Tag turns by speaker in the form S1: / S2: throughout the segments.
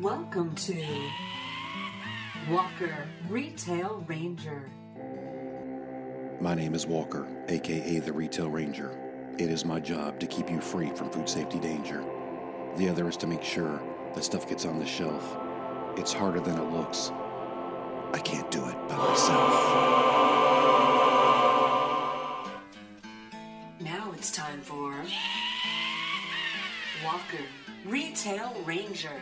S1: Welcome to Walker Retail Ranger.
S2: My name is Walker, aka the Retail Ranger. It is my job to keep you free from food safety danger. The other is to make sure that stuff gets on the shelf. It's harder than it looks. I can't do it by myself.
S1: Now it's time for Walker Retail Ranger.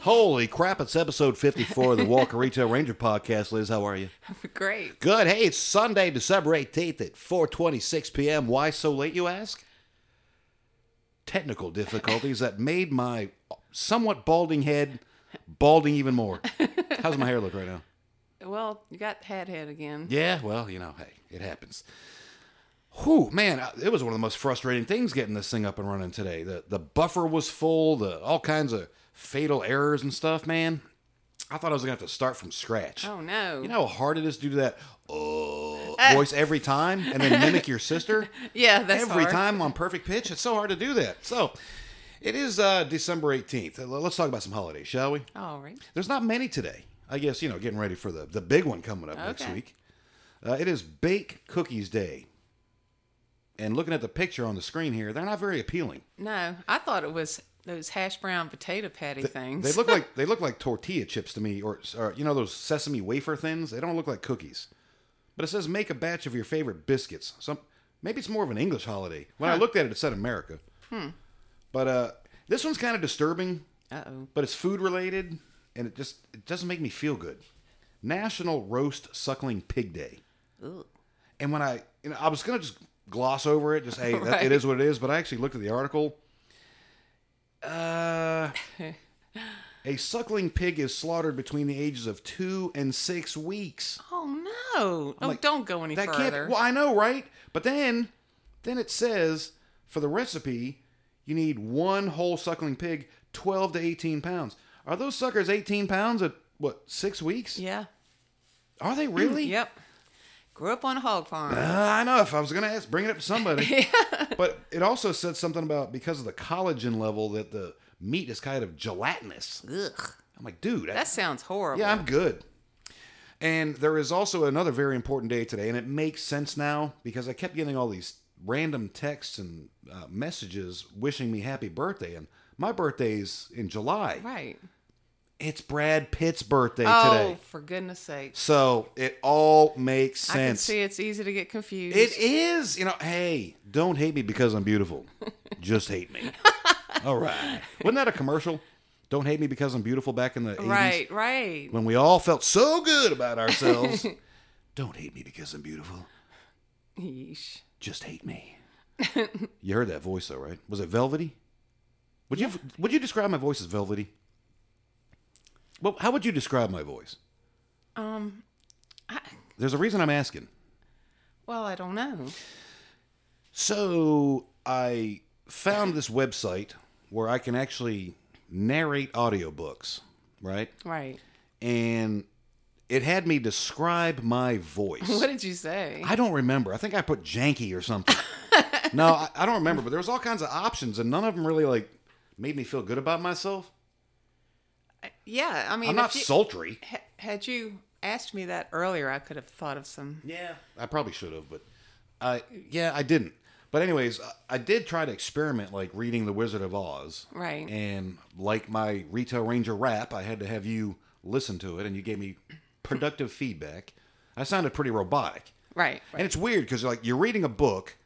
S3: Holy crap, it's episode 54 of the Walker Retail Ranger podcast. Liz, how are you?
S4: Great.
S3: Good. Hey, it's Sunday, December 18th at 4.26 p.m. Why so late, you ask? Technical difficulties that made my somewhat balding head balding even more. How's my hair look right now?
S4: Well, you got hat head again.
S3: Yeah, well, you know, hey, it happens. Whew, man, I- it was one of the most frustrating things getting this thing up and running today. The the buffer was full, the all kinds of fatal errors and stuff, man. I thought I was gonna have to start from scratch.
S4: Oh no.
S3: You know how hard it is to do that uh, voice every time and then mimic your sister?
S4: yeah, Eh. that's
S3: every
S4: hard.
S3: time on perfect pitch. It's so hard to do that. So it is uh, December 18th. Uh, Let's talk about some holidays, shall we?
S4: All right.
S3: There's not many today. I guess, you know, getting ready for the, the big one coming up next
S4: Okay.
S3: week. Uh, it is Bake Cookies Day. And looking at the picture on the screen here, they're not very appealing.
S4: No, I thought it was those hash brown potato patty things.
S3: They look like they look like tortilla chips to me, or, or you know those sesame wafer thins. They don't look like cookies. But it says make a batch of your favorite biscuits. Some maybe it's more of an English holiday. When I looked at it, it said America. But uh, this one's kind of disturbing.
S4: Uh oh.
S3: But it's food related, and it just it doesn't make me feel good. National Roast Suckling Pig Day. And when I you know I was gonna just gloss over it, just hey, that, it
S4: Right.
S3: is what it is. But I actually looked at the article. Uh, a suckling pig is slaughtered between the ages of two and six weeks.
S4: Oh no. Oh,
S3: like,
S4: don't go any
S3: that
S4: further.
S3: can't. Well, I know, right? But then, then it says for the recipe, you need one whole suckling pig, twelve to eighteen pounds. Are those suckers eighteen pounds at what six weeks?
S4: yeah.
S3: Are they really?
S4: Yep. Grew up on a hog farm.
S3: Uh, I know. If I was gonna ask, bring it up to somebody. But it also said something about because of the collagen level that the meat is kind of gelatinous.
S4: Ugh.
S3: I'm like, dude, I-
S4: That sounds horrible.
S3: Yeah, I'm good. And there is also another very important day today, and it makes sense now because I kept getting all these random texts and uh, messages wishing me happy birthday, and my birthday's in July.
S4: right.
S3: It's Brad Pitt's birthday
S4: oh,
S3: today,
S4: for goodness sake.
S3: so it all makes
S4: I can
S3: sense.
S4: see it's easy to get confused.
S3: It is, you know. Hey, don't hate me because I'm beautiful. Just hate me. all right. Wasn't that a commercial? Don't hate me because I'm beautiful back in the 80s
S4: Right, right.
S3: when we all felt so good about ourselves. Don't hate me because I'm beautiful.
S4: Yeesh.
S3: Just hate me. you heard that voice though, right? Was it velvety? Would you would you describe my voice as velvety? Well, how would you describe my voice?
S4: Um I,
S3: There's a reason I'm asking.
S4: well, I don't know.
S3: So I found this website where I can actually narrate audiobooks, right?
S4: Right.
S3: And it had me describe my voice.
S4: What did you say?
S3: I don't remember. I think I put janky or something. no, I, I don't remember. But there was all kinds of options, and none of them really like made me feel good about myself.
S4: yeah, I mean
S3: I'm
S4: if
S3: not
S4: you-
S3: sultry.
S4: Ha- had you asked me that earlier, I could have thought of some.
S3: Yeah, I probably should have, but I yeah I didn't. But anyways, I, I did try to experiment like reading The Wizard of Oz,
S4: Right.
S3: And like my Retail Ranger rap, I had to have you listen to it, and you gave me productive feedback. I sounded pretty robotic,
S4: Right,
S3: and
S4: right,
S3: it's weird because like you're reading a book,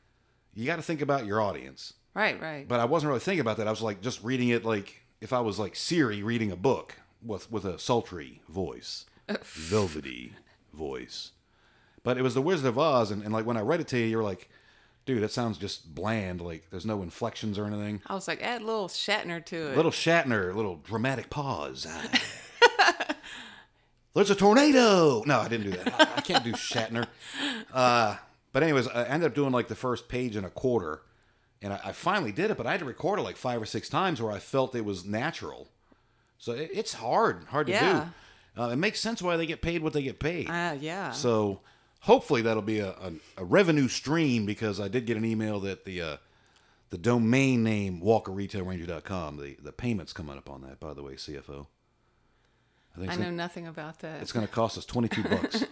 S3: you got to think about your audience.
S4: right, right.
S3: but I wasn't really thinking about that. I was like just reading it like if I was like Siri reading a book with with a sultry voice, velvety voice. But it was The Wizard of Oz, and, and like when I read it to you, you were like, "Dude, that sounds just bland. Like there's no inflections or anything.
S4: I was like, add a little Shatner to it.
S3: Little Shatner, little dramatic pause. Ah. there's a tornado. No, I didn't do that. I, I can't do Shatner. Uh, but anyways, I ended up doing like the first page and a quarter, and I, I finally did it. But I had to record it like five or six times where I felt it was natural. So it, it's hard, hard to
S4: Yeah.
S3: do. Uh, it makes sense why they get paid what they get paid.
S4: Ah, yeah.
S3: So hopefully that'll be a, a, a revenue stream because I did get an email that the uh, the domain name walkerretailranger.com, the, the payment's coming up on that, by the way, CFO. I think
S4: I
S3: it's
S4: know
S3: gonna,
S4: nothing about that.
S3: it's gonna cost us twenty two bucks.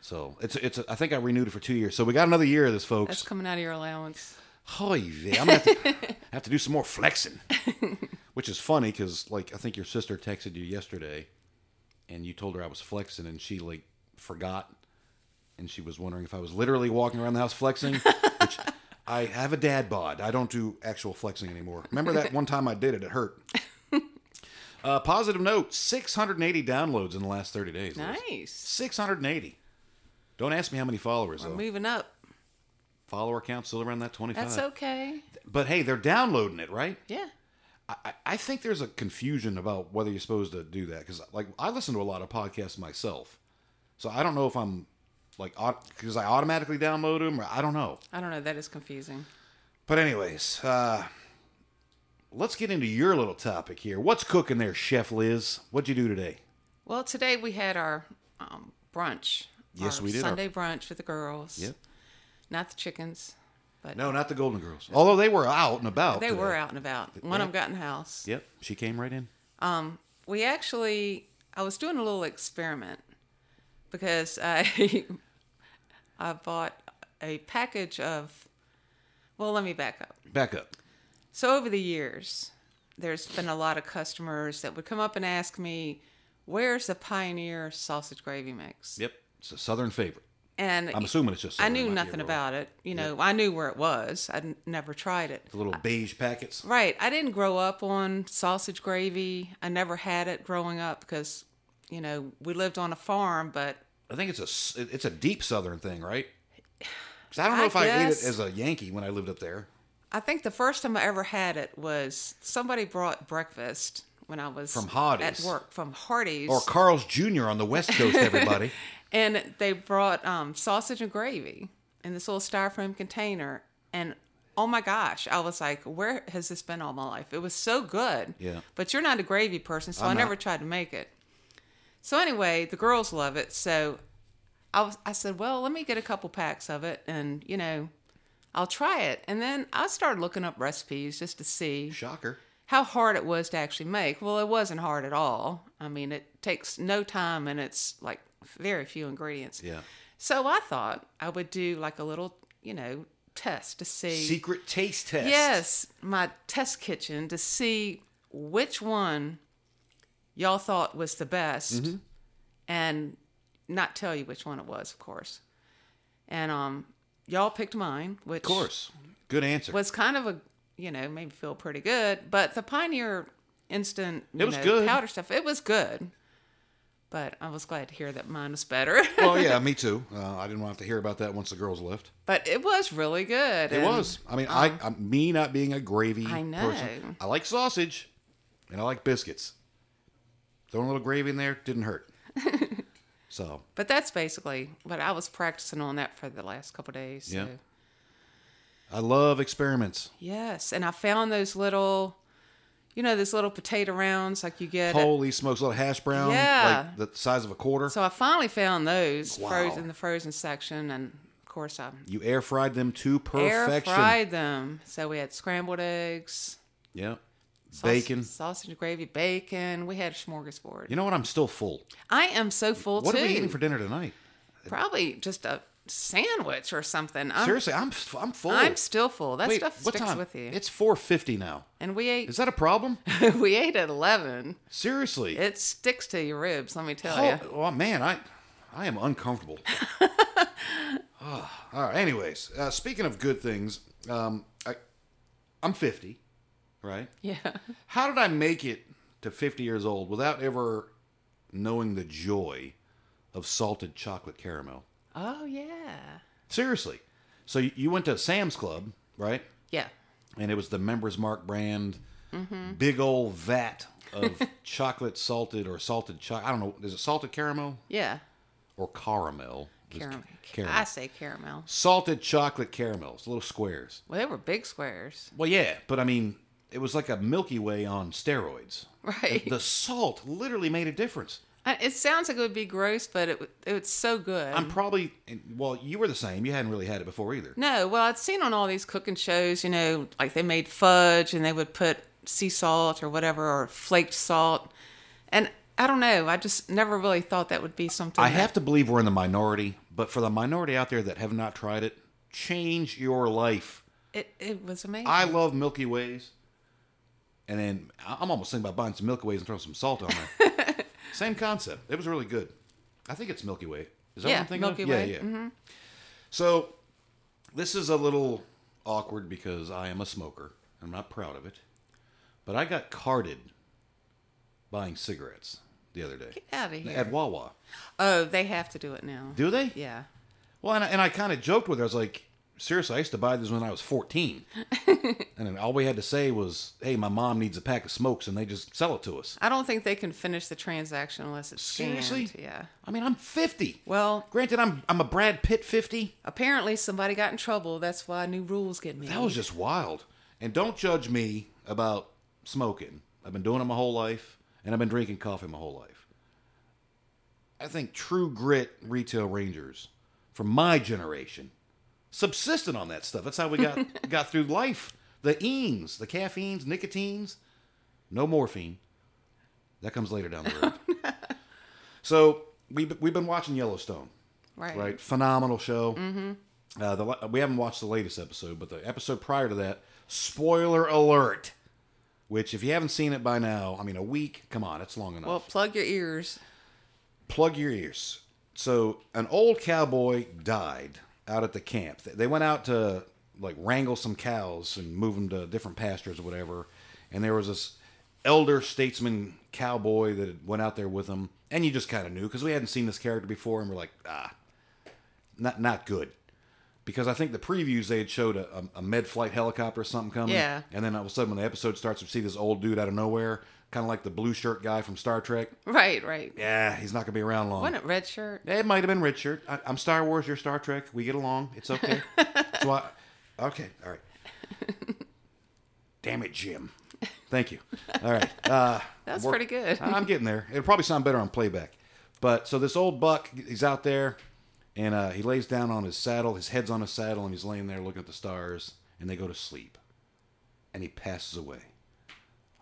S3: so it's it's. I think I renewed it for two years. So we got another year of this,
S4: That's
S3: folks.
S4: coming out of your allowance.
S3: Hoy vey, I'm gonna have to, have to do some more flexing, which is funny because like I think your sister texted you yesterday, and you told her I was flexing, and she like forgot, and she was wondering if I was literally walking around the house flexing. which I have a dad bod. I don't do actual flexing anymore. Remember that one time I did it? It hurt. Uh, positive note: 680 downloads in the last 30 days. Liz.
S4: Nice.
S3: 680. Don't ask me how many followers
S4: We're
S3: though.
S4: moving up.
S3: Follower count still around that 25.
S4: That's okay.
S3: But hey, they're downloading it, right?
S4: Yeah.
S3: I, I think there's a confusion about whether you're supposed to do that because, like, I listen to a lot of podcasts myself, so I don't know if I'm like because I automatically download them or I don't know.
S4: I don't know. That is confusing.
S3: But anyways, uh, let's get into your little topic here. What's cooking there, Chef Liz? What'd you do today?
S4: Well, today we had our um, brunch.
S3: Yes,
S4: our
S3: we did.
S4: Sunday brunch with the girls. Not the chickens, but
S3: No, not the Golden Girls. Although they were out and about.
S4: they
S3: today.
S4: were out and about. One of them got in the house.
S3: Yep, she came right in.
S4: We actually, I was doing a little experiment because I, I bought a package of. Well, let me back up.
S3: Back up.
S4: So over the years, there's been a lot of customers that would come up and ask me, "Where's the Pioneer sausage gravy mix?"
S3: Yep, it's a Southern favorite.
S4: And
S3: I'm assuming it's just.
S4: I
S3: Southern, might
S4: knew
S3: be a
S4: nothing
S3: little-
S4: about it. You know, I knew where it was. I would never tried it.
S3: the little beige packets.
S4: Right. I didn't grow up on sausage gravy. I never had it growing up because, you know, we lived on a farm, but
S3: I think it's a s- it's a deep Southern thing, right? 'Cause I don't know
S4: I
S3: if I ate it
S4: guess.
S3: as a Yankee when I lived up there.
S4: I think the first time I ever had it was somebody brought breakfast when I was
S3: From
S4: at
S3: Hardee's.
S4: work from Hardee's.
S3: Or Carl's Jr. on the West Coast, everybody.
S4: and they brought um, sausage and gravy in this little styrofoam container. And oh my gosh, I was like, where has this been all my life? It was so good.
S3: Yeah.
S4: But you're not a gravy person, so i
S3: I'm not.
S4: never tried to make it. So anyway, the girls love it. So I was, I said, well, let me get a couple packs of it, and you know, I'll try it. And then I started looking up recipes just to see
S3: Shocker.
S4: how hard it was to actually make. Well, it wasn't hard at all. I mean, it takes no time and it's like very few ingredients.
S3: Yeah.
S4: So I thought I would do like a little, you know, test to see.
S3: Secret taste test.
S4: Yes, my test kitchen to see which one y'all thought was the best
S3: Mm-hmm.
S4: and not tell you which one it was, of course. And um y'all picked mine, which
S3: Of course. Good answer.
S4: was kind of a you know made me feel pretty good but the pioneer instant you
S3: It was
S4: know,
S3: good.
S4: powder stuff it was good but i was glad to hear that mine was better
S3: well, yeah, me too. Uh, I didn't want to have to hear about that once the girls left.
S4: but it was really good
S3: It
S4: and
S3: was. I mean, I, I me not being a gravy
S4: I know.
S3: person. I like sausage, and I like biscuits. Throwing a little gravy in there didn't hurt. so
S4: but that's basically what i was practicing on that for the last couple days so.
S3: Yeah. I love experiments.
S4: yes and i found those little you know those little potato rounds like you get at-
S3: Holy smokes, a little hash brown,
S4: Yeah.
S3: like the size of a quarter.
S4: so i finally found those
S3: Wow.
S4: frozen in the frozen section and of course i
S3: you air fried them to
S4: air
S3: perfection.
S4: fried them so we had scrambled eggs
S3: Yeah.
S4: Saus-
S3: Bacon.
S4: sausage and gravy, bacon. We had a smorgasbord.
S3: You know what? I'm still full.
S4: I am so full
S3: what
S4: too.
S3: are we eating for dinner tonight?
S4: Probably just a sandwich or something. I'm,
S3: Seriously, I'm f- I'm full.
S4: I'm still full. That
S3: Wait,
S4: stuff
S3: what
S4: sticks
S3: time?
S4: with you.
S3: It's 4:50 now.
S4: and we ate
S3: Is that a problem?
S4: we ate at eleven.
S3: Seriously.
S4: It sticks to your ribs. Let me tell
S3: oh,
S4: you.
S3: oh, man, I I am uncomfortable. Ah, all right. Anyways, uh, speaking of good things, um, I I'm 50, right?
S4: Yeah.
S3: How did I make it to 50 years old without ever knowing the joy of salted chocolate caramel?
S4: Oh yeah.
S3: Seriously. So you- you went to Sam's Club, right?
S4: Yeah.
S3: And it was the Members Mark brand,
S4: Mm-hmm.
S3: big old vat of chocolate salted or salted chocolate. I don't know. Is it salted caramel
S4: Yeah.
S3: or caramel? It was
S4: Caramel.
S3: Caramel.
S4: I say caramel.
S3: Salted chocolate caramels, little squares.
S4: Well, they were big squares.
S3: Well, yeah, but I mean, it was like a Milky Way on steroids.
S4: Right.
S3: The salt literally made a difference.
S4: I- It sounds like it would be gross, but it w- it was so good.
S3: I'm probably well. You were the same. You hadn't really had it before either.
S4: Mm-hmm. No, well, I'd seen on all these cooking shows, you know, like they made fudge and they would put sea salt or whatever or flaked salt. And I don't know. I just never really thought that would be something.
S3: I
S4: that-
S3: have to believe we're in the minority, but for the minority out there that have not tried it, change your life.
S4: It, it was amazing.
S3: I love Milky Ways. And then I- I'm almost thinking about buying some Milky Ways and throwing some salt on there. Same concept. It was really good. I think it's Milky Way. Is that what
S4: Yeah,
S3: I'm thinking
S4: Milky
S3: of?
S4: Way. Mm-hmm.
S3: Yeah, yeah. So this is a little awkward because I am a smoker. I'm not proud of it. But I got carded buying cigarettes the other day
S4: out of here.
S3: at Wawa.
S4: Oh, they have to do it now.
S3: Do they?
S4: yeah.
S3: Well, and I, and I kind of joked with her. I was like, seriously, I used to buy this when I was 14. and then all we had to say was, hey, my mom needs a pack of smokes, and they just sell it to us.
S4: I don't think they can finish the transaction unless it's scanned.
S3: Seriously?
S4: Yeah.
S3: I mean, I'm 50.
S4: Well,
S3: Granted, I'm, I'm a Brad Pitt 50.
S4: apparently somebody got in trouble. That's why new rules get made.
S3: That was just wild. And don't judge me about smoking. I've been doing it my whole life, and I've been drinking coffee my whole life. I think true grit retail rangers from my generation subsisted on that stuff. That's how we got got through life. The eans, the caffeines, nicotines, no morphine. That comes later down the road. so we we've been watching Yellowstone
S4: right.
S3: right? Phenomenal show. Mm-hmm. Uh, the, la- we haven't watched the latest episode, but the episode prior to that, spoiler alert. Which, if you haven't seen it by now, I mean, a week. Come on, it's long enough.
S4: Well, plug your ears.
S3: Plug your ears. So, an old cowboy died out at the camp. They- They went out to like wrangle some cows and move them to different pastures or whatever. And there was this elder statesman cowboy that had went out there with them. And you just kind of knew because we hadn't seen this character before, and we're like, ah, not not good because I think the previews they had showed a, a, a med flight helicopter or something coming.
S4: Yeah.
S3: And then all of a sudden, when the episode starts, we see this old dude out of nowhere, kind of like the blue shirt guy from Star Trek.
S4: Right, right.
S3: Yeah, he's not gonna be around long.
S4: Wasn't it red shirt?
S3: It might have been Richard. I, I'm Star Wars. You're Star Trek. We get along. It's okay. so I, okay, all right. Damn it, Jim. Thank you. All right. Uh,
S4: That was
S3: work-
S4: pretty good.
S3: I'm getting there. It'll probably sound better on playback. But so this old buck, he's out there, and uh, he lays down on his saddle. His head's on his saddle, and he's laying there looking at the stars. And they go to sleep, and he passes away.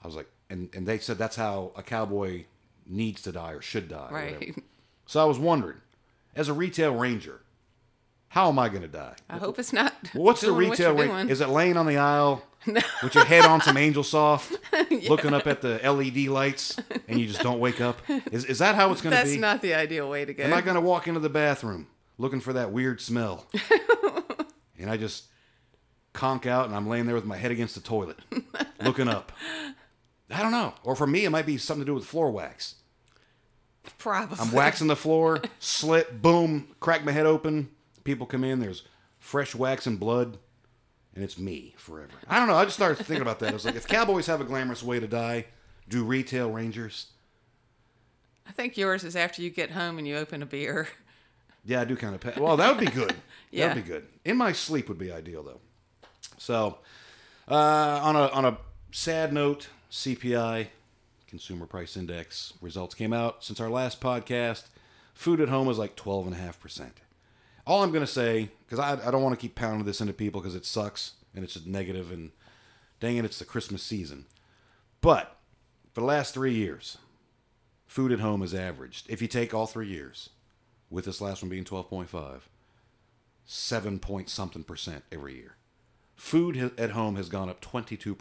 S3: I was like, and and they said that's how a cowboy needs to die or should die. or whatever.
S4: Right.
S3: So I was wondering, as a retail ranger, how am I going to die?
S4: I hope it's not.
S3: What's the
S4: doing what
S3: retail
S4: you're
S3: ranger?
S4: doing.
S3: Is it laying on the aisle with your head on some Angel Soft, looking up at the LED lights, and you just don't wake up? Is, is that how it's going to be?
S4: That's not the ideal way to go.
S3: Am I going to walk into the bathroom looking for that weird smell? and I just conk out and I'm laying there with my head against the toilet looking up. I don't know. Or for me, it might be something to do with floor wax.
S4: Probably.
S3: I'm waxing the floor, slip, boom, crack my head open. People come in, there's fresh wax and blood, and it's me forever. I don't know. I just started thinking about that. I was like, if cowboys have a glamorous way to die, do retail rangers?
S4: I think yours is after you get home and you open a beer.
S3: Yeah, I do kind of. Pet. Well, that would be good.
S4: Yeah.
S3: That'd be good. In my sleep would be ideal though. So, uh, on a on a sad note, CPI, Consumer Price Index results came out since our last podcast. Food at home is like twelve and a half percent. All I'm gonna say, because I, I don't want to keep pounding this into people because it sucks and it's just negative and dang it, it's the Christmas season. But for the last three years, food at home has averaged. If you take all three years, with this last one being 12.5, 7 point something percent every year. Food ha- at home has gone up 22%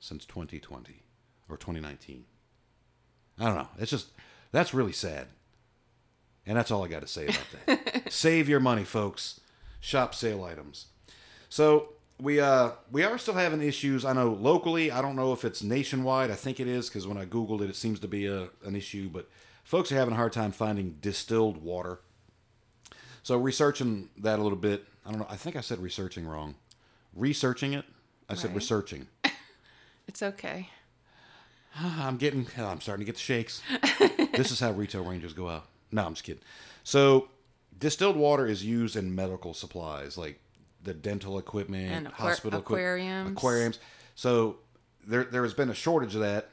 S3: since 2020 or 2019. I don't know. It's just, that's really sad. And that's all I got to say about that. Save your money, folks. Shop sale items. So we uh we are still having issues. I know locally. I don't know if it's nationwide. I think it is because when I googled it, it seems to be a an issue. But folks are having a hard time finding distilled water. So researching that a little bit. I don't know. I think I said researching wrong. Researching it. I said
S4: Right.
S3: researching.
S4: It's okay.
S3: Ah, I'm getting. I'm starting to get the shakes. this is how retail rangers go out. No, I'm just kidding. So, distilled water is used in medical supplies like the dental equipment,
S4: And aqua-
S3: hospital equi-
S4: aquariums.
S3: aquariums. So, there there has been a shortage of that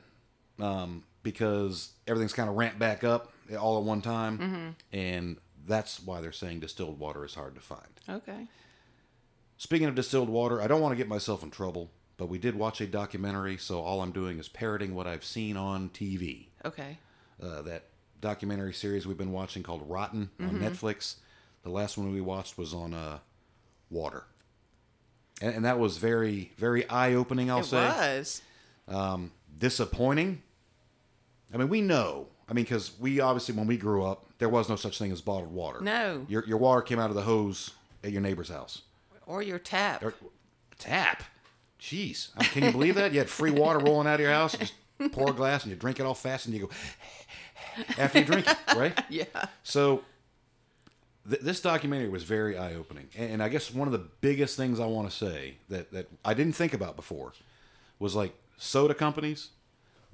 S3: um, because everything's kind of ramped back up all at one time,
S4: Mm-hmm.
S3: and that's why they're saying distilled water is hard to find.
S4: Okay.
S3: Speaking of distilled water, I don't want to get myself in trouble, but we did watch a documentary, so all I'm doing is parroting what I've seen on TV.
S4: Okay.
S3: uh, that documentary series we've been watching called Rotten on
S4: Mm-hmm.
S3: Netflix. The last one we watched was on uh, water, and, and that was very very eye opening. I'll
S4: it
S3: say
S4: was.
S3: disappointing. I mean, we know. I mean, because we obviously, when we grew up, there was no such thing as bottled water.
S4: No.
S3: Your, your water came out of the hose at your neighbor's house.
S4: Or your tap.
S3: Or, tap. Jeez. I mean, can you believe that? You had free water rolling out of your house, you just pour a glass and you drink it all fast and you go, after you drink it, right?
S4: yeah.
S3: So th- this documentary was very eye opening, and, and I guess one of the biggest things I want to say that that I didn't think about before was like soda companies.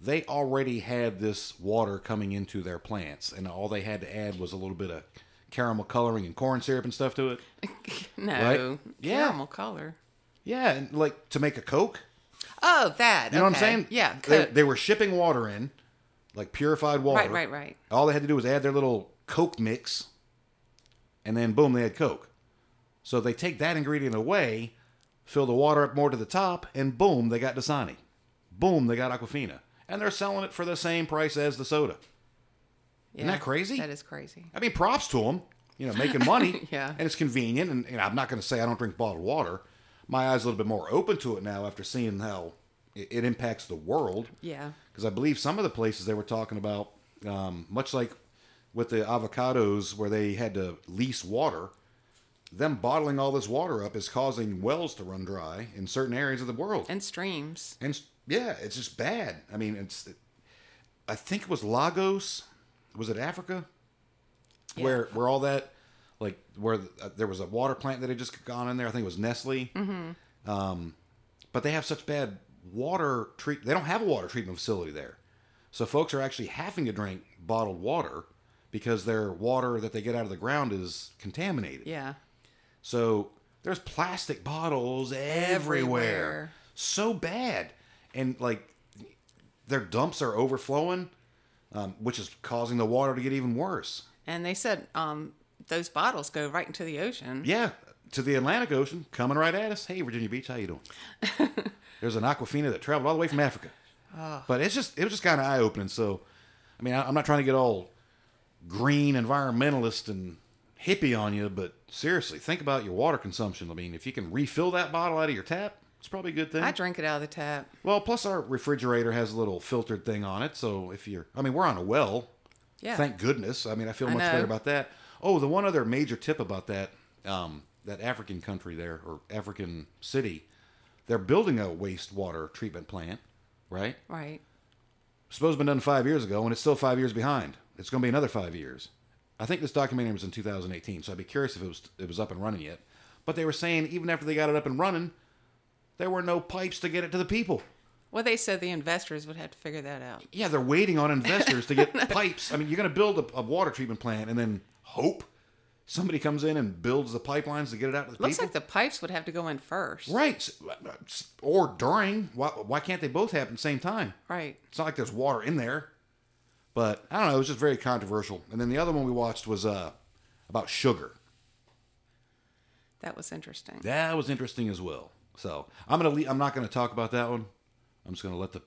S3: They already had this water coming into their plants, and all they had to add was a little bit of caramel coloring and corn syrup and stuff to it.
S4: No.
S3: Right? Yeah.
S4: Caramel color.
S3: Yeah, and like to make a Coke.
S4: Oh, that.
S3: You know what I'm
S4: okay.
S3: saying?
S4: Yeah.
S3: They,
S4: Coke.
S3: they were shipping water in, like purified water.
S4: Right, right, right.
S3: All they had to do was add their little Coke mix, and then boom, they had Coke. So they take that ingredient away, fill the water up more to the top, and boom, they got Dasani. Boom, they got Aquafina. And they're selling it for the same price as the soda.
S4: yeah.
S3: that crazy?
S4: That is crazy.
S3: I mean, props to them, you know, making money.
S4: Yeah.
S3: And it's convenient. And, and I'm not going to say I don't drink bottled water. My eyes are a little bit more open to it now after seeing how it, it impacts the world.
S4: Yeah.
S3: Because I believe some of the places they were talking about, um, much like with the avocados where they had to lease water, them bottling all this water up is causing wells to run dry in certain areas of the world.
S4: And streams.
S3: And s- yeah, it's just bad. I mean, it's. I think it was Lagos. Was it Africa?
S4: Yeah.
S3: Where where all that, like where th- uh, there was a water plant that had just gone in there. I think it was Nestle. Um, but they have such bad water treat. They don't have a water treatment facility there, so folks are actually having to drink bottled water because their water that they get out of the ground is contaminated.
S4: Yeah.
S3: So there's plastic bottles everywhere.
S4: Everywhere.
S3: So bad. And like their dumps are overflowing, um, which is causing the water to get even worse.
S4: And they said um, those bottles go right into the ocean.
S3: Yeah, to the Atlantic Ocean, coming right at us. Hey, Virginia Beach, how you doing? There's an Aquafina that traveled all the way from Africa. But it's just it was just kind of eye opening. So, I mean, I, I'm not trying to get all green environmentalist and hippie on you, but seriously, think about your water consumption. I mean, if you can refill that bottle out of your tap, it's probably a good thing.
S4: I drink it out of the tap.
S3: well, plus our refrigerator has a little filtered thing on it, so if you're, I mean, we're on a well,
S4: Yeah.
S3: Thank goodness. I mean, I feel
S4: I
S3: much better
S4: know.
S3: about that. Oh, the one other major tip about that um, that African country there or African city, they're building a wastewater treatment plant, right?
S4: Right.
S3: Supposed to have been done five years ago, and it's still five years behind. It's going to be another five years. I think this documentary was in 2018, so I'd be curious if it was it was up and running yet. But they were saying even after they got it up and running, there were no pipes to get it to the people.
S4: Well, they said the investors would have to figure that out.
S3: Yeah, they're waiting on investors to get pipes. I mean, you're going to build a, a water treatment plant and then hope somebody comes in and builds the pipelines to get it out to the
S4: Looks
S3: people.
S4: like the pipes would have to go in first.
S3: right, S- or during. Why, why can't they both happen at the same time?
S4: Right.
S3: It's not like there's water in there. But I don't know. It was just very controversial. And then the other one we watched was uh, about sugar.
S4: That was interesting.
S3: That was interesting as well. So I'm gonna. Le- I'm not gonna talk about that one. I'm just gonna let the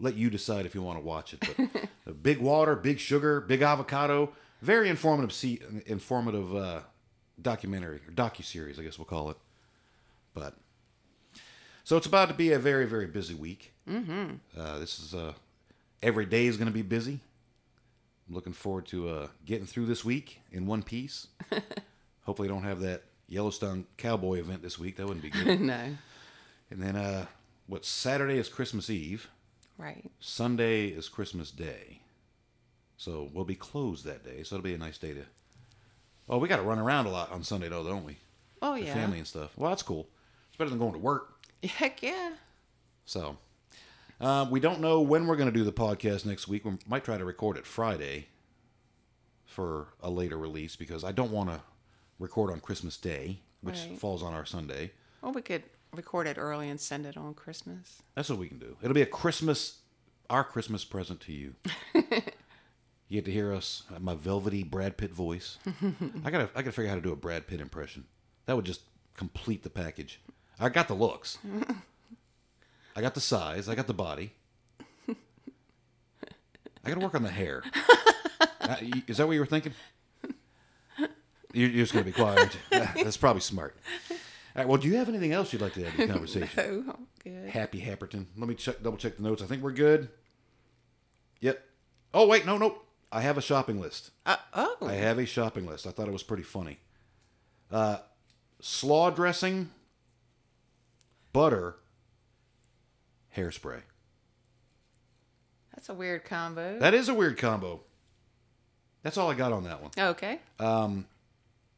S3: let you decide if you want to watch it. But the big water, big sugar, big avocado. Very informative. See, informative uh, documentary or docu series, I guess we'll call it. But so it's about to be a very very busy week. Mm-hmm. Uh, this is uh, every day is gonna be busy. I'm looking forward to uh, getting through this week in one piece. Hopefully, I don't have that Yellowstone cowboy event this week. That wouldn't be good.
S4: no.
S3: and then, uh, what Saturday is Christmas Eve,
S4: Right.
S3: Sunday is Christmas Day. So we'll be closed that day. So it'll be a nice day to. Oh, we got to run around a lot on Sunday, though, don't we?
S4: Oh
S3: The
S4: yeah.
S3: family and stuff. Well, that's cool. It's better than going to work.
S4: Heck yeah.
S3: So, uh, we don't know when we're going to do the podcast next week. We might try to record it Friday for a later release because I don't want to record on Christmas Day, which
S4: Right.
S3: falls on our Sunday.
S4: Well, we could record it early and send it on Christmas.
S3: That's what we can do. It'll be a Christmas, our Christmas present to you. you get to hear us, uh, my velvety Brad Pitt voice. I gotta, I gotta figure out how to do a Brad Pitt impression. That would just complete the package. I got the looks. I got the size. I got the body. I gotta work on the hair. Uh, y- is that what you were thinking? You're you're just going to be quiet. aren't you? Yeah, That's probably smart. All right. Well, do you have anything else you'd like to add to the conversation?
S4: Oh, I'm good.
S3: Happy Happerton. Let me check, double check the notes. I think we're good. Yep. Oh wait, no, no. I have a shopping list.
S4: Uh, oh,
S3: I have a shopping list. I thought it was pretty funny. Uh, slaw dressing, butter, hairspray.
S4: that's a weird combo.
S3: That is a weird combo. That's all I got on that one.
S4: okay.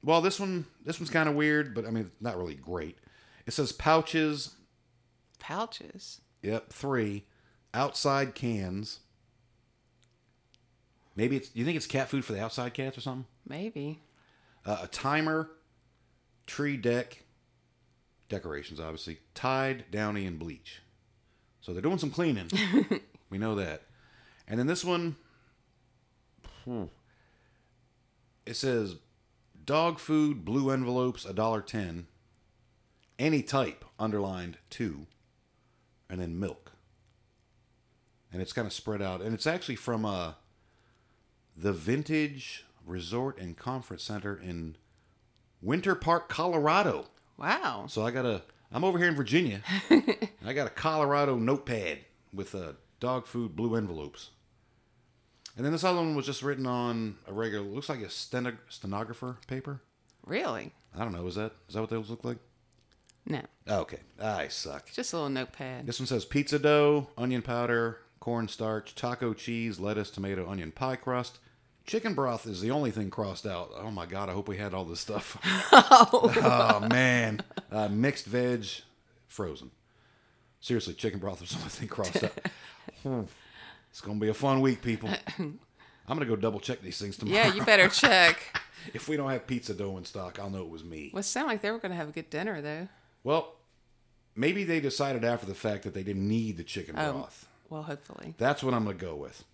S3: Well, this one, this one's kind of weird, but I mean, not really great. It says pouches.
S4: Pouches.
S3: Yep, three outside cans. Maybe it's. You think it's cat food for the outside cats or something?
S4: Maybe.
S3: uh, a timer, tree deck, decorations, obviously, Tide, Downy, and bleach. So they're doing some cleaning. we know that. And then this one, hmm, it says dog food, blue envelopes, a dollar ten, any type, underlined two, and then milk. And it's kind of spread out, and it's actually from uh, the Vintage Resort and Conference Center in Winter Park, Colorado.
S4: Wow.
S3: So I got a. I'm over here in Virginia. I got a Colorado notepad with uh, dog food blue envelopes. And then this other one was just written on a regular. Looks like a steno- stenographer paper.
S4: Really?
S3: I don't know. Is that is that what those look like?
S4: No.
S3: Oh, okay, I suck.
S4: Just a little notepad.
S3: This one says pizza dough, onion powder, cornstarch, taco cheese, lettuce, tomato, onion pie crust. Chicken broth is the only thing crossed out. Oh my god, I hope we had all this stuff. oh man, uh, mixed veg, frozen. Seriously, chicken broth is the only thing crossed out. it's gonna be a fun week, people. I'm gonna go double check these things tomorrow.
S4: Yeah, you better check.
S3: if we don't have pizza dough in stock, I'll know it was me.
S4: Well, it sounded like they were going to have a good dinner, though.
S3: Well, maybe they decided after the fact that they didn't need the chicken
S4: Um,
S3: broth.
S4: Well, hopefully.
S3: That's what I'm going to go with.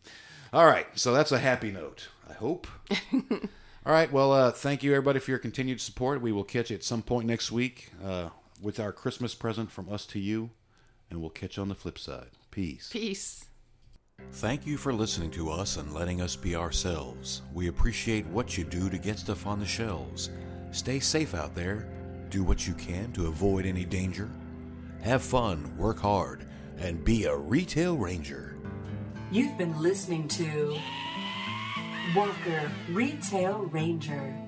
S3: All right. So that's a happy note, I hope. All right. Well, uh, thank you, everybody, for your continued support. We will catch you at some point next week uh, with our Christmas present from us to you, and we'll catch you on the flip side. Peace.
S4: Peace.
S2: Thank you for listening to us and letting us be ourselves. We appreciate what you do to get stuff on the shelves. Stay safe out there. Do what you can to avoid any danger. Have fun, work hard, and be a retail ranger.
S1: You've been listening to Walker Retail Ranger.